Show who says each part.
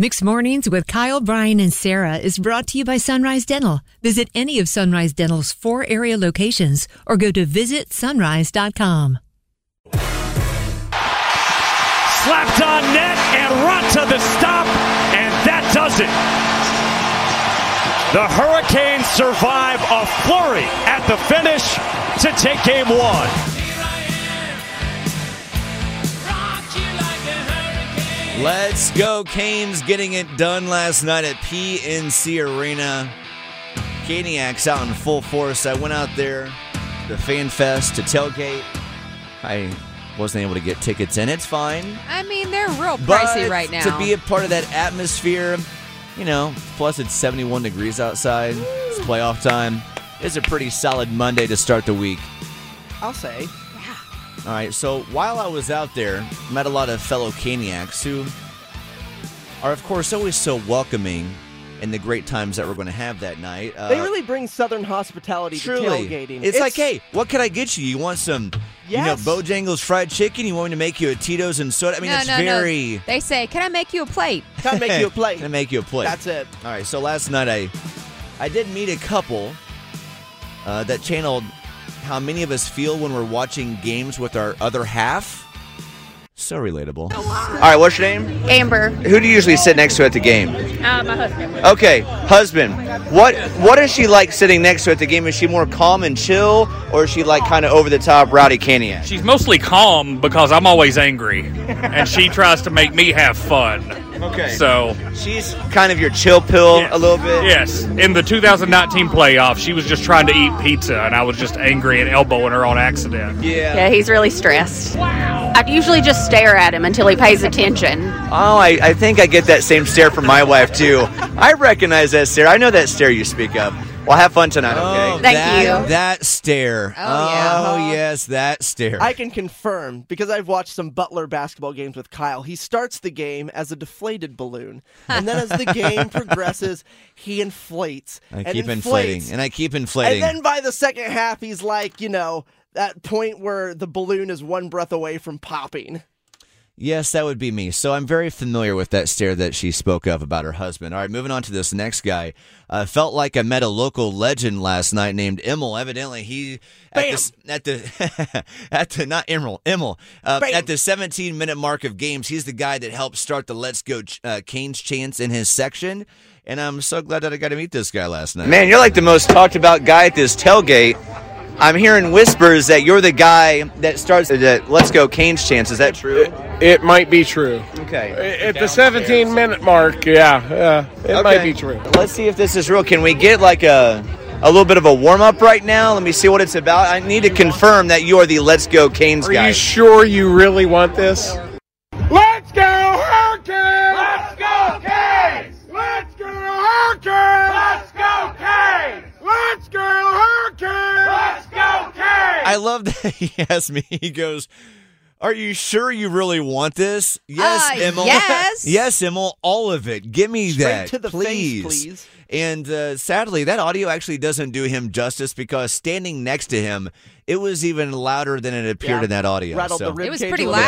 Speaker 1: Mixed Mornings with Kyle, Brian, and Sarah is brought to you by Sunrise Dental. Visit any of Sunrise Dental's four area locations or go to visitsunrise.com.
Speaker 2: Slapped on net and Ranta the stop, and that does it. The Hurricanes survive a flurry at the finish to take game one.
Speaker 3: Let's go. Canes getting it done last night at PNC Arena. Caniacs out in full force. I went out there, the fan fest, to tailgate. I wasn't able to get tickets in. It's fine.
Speaker 4: I mean, they're real
Speaker 3: But
Speaker 4: pricey right now.
Speaker 3: to be a part of that atmosphere, you know, plus it's 71 degrees outside. It's playoff time. It's a pretty solid Monday to start the week.
Speaker 5: I'll say.
Speaker 3: All right, so while I was out there, met a lot of fellow Caniacs who are, of course, always so welcoming in the great times that we're going to have that night. Uh,
Speaker 5: They really bring Southern hospitality
Speaker 3: truly,
Speaker 5: to tailgating.
Speaker 3: It's, like, hey, what can I get you? You want some,
Speaker 5: Yes.
Speaker 3: you know, Bojangles fried chicken? You want me to make you a Tito's and soda? I mean,
Speaker 4: no,
Speaker 3: it's
Speaker 4: no,
Speaker 3: very.
Speaker 4: no. They say, "Can I make you a plate?"
Speaker 5: can I make you a plate?
Speaker 3: Can I make you a plate?
Speaker 5: That's it.
Speaker 3: All right, so last night I, I did meet a couple uh, that channeled how many of us feel when we're watching games with our other half. So relatable. All right, what's your name?
Speaker 6: Amber,
Speaker 3: Who do you usually sit next to at the game?
Speaker 6: uh, my husband.
Speaker 3: Okay, husband. What what is she like sitting next to at the game? Is she more calm and chill, or is she like kind of over the top rowdy caniac?
Speaker 7: She's mostly calm because I'm always angry, and she tries to make me have fun.
Speaker 3: Okay.
Speaker 7: So,
Speaker 3: She's kind of your chill pill
Speaker 7: yes.
Speaker 3: a little bit.
Speaker 7: Yes. In the 2019 playoff, she was just trying to eat pizza, and I was just angry and elbowing her on accident.
Speaker 3: Yeah.
Speaker 6: Yeah, he's really stressed. I usually just stare at him until he pays attention.
Speaker 3: Oh, I, I think I get that same stare from my wife too. I recognize that stare. I know that stare you speak of. Well, have fun tonight, okay?
Speaker 6: Thank
Speaker 3: Oh, that,
Speaker 6: you.
Speaker 3: That stare.
Speaker 4: Oh, yeah.
Speaker 3: Oh, yes, that stare.
Speaker 5: I can confirm because I've watched some Butler basketball games with Kyle. He starts the game as a deflated balloon, and then as the game progresses, he inflates.
Speaker 3: I
Speaker 5: and
Speaker 3: keep inflating,
Speaker 5: inflates,
Speaker 3: and I keep
Speaker 5: and
Speaker 3: inflating.
Speaker 5: then by the second half, he's like, you know, that point where the balloon is one breath away from popping.
Speaker 3: Yes, that would be me. So I'm very familiar with that stare that she spoke of about her husband. All right, moving on to this next guy. I felt like I met a local legend last night named Emil. Evidently, he at
Speaker 5: Bam.
Speaker 3: the at the at the not Emerald Emil uh,
Speaker 5: Bam.
Speaker 3: at the 17 minute mark of games. He's the guy that helped start the Let's Go uh, Canes chance in his section, and I'm so glad that I got to meet this guy last night. Man, you're like the most talked about guy at this tailgate. I'm hearing whispers that you're the guy that starts the Let's Go Canes chance. Is that true?
Speaker 8: It might be true.
Speaker 3: Okay.
Speaker 8: At the 17 minute mark, yeah, uh, it might
Speaker 3: Okay.
Speaker 8: be true.
Speaker 3: Let's see if this is real. Can we get like a a little bit of a warm up right now? Let me see what it's about. I need to confirm that you are the Let's Go Canes
Speaker 8: Are
Speaker 3: guy.
Speaker 8: you sure you really want this? Let's go Hurricanes! Let's go Canes! Let's go Hurricanes! Let's go Canes! Let's go Hurricanes! Let's go Canes!
Speaker 3: I love that he asked me. He goes, "Are you sure you really want this?" Yes,
Speaker 4: Uh,
Speaker 3: Emil.
Speaker 4: yes.
Speaker 3: yes, Emil. All of it. Give me
Speaker 5: Ah, Straight
Speaker 3: that,
Speaker 5: to the face,
Speaker 3: please.
Speaker 5: please.
Speaker 3: And uh, sadly, that audio actually doesn't do him justice because standing next to him, it was even louder than it appeared
Speaker 5: Yeah.
Speaker 3: in that audio.
Speaker 5: Rattled
Speaker 3: so.
Speaker 5: the rib
Speaker 4: It was
Speaker 5: cage
Speaker 4: pretty
Speaker 5: a little bit.
Speaker 4: loud.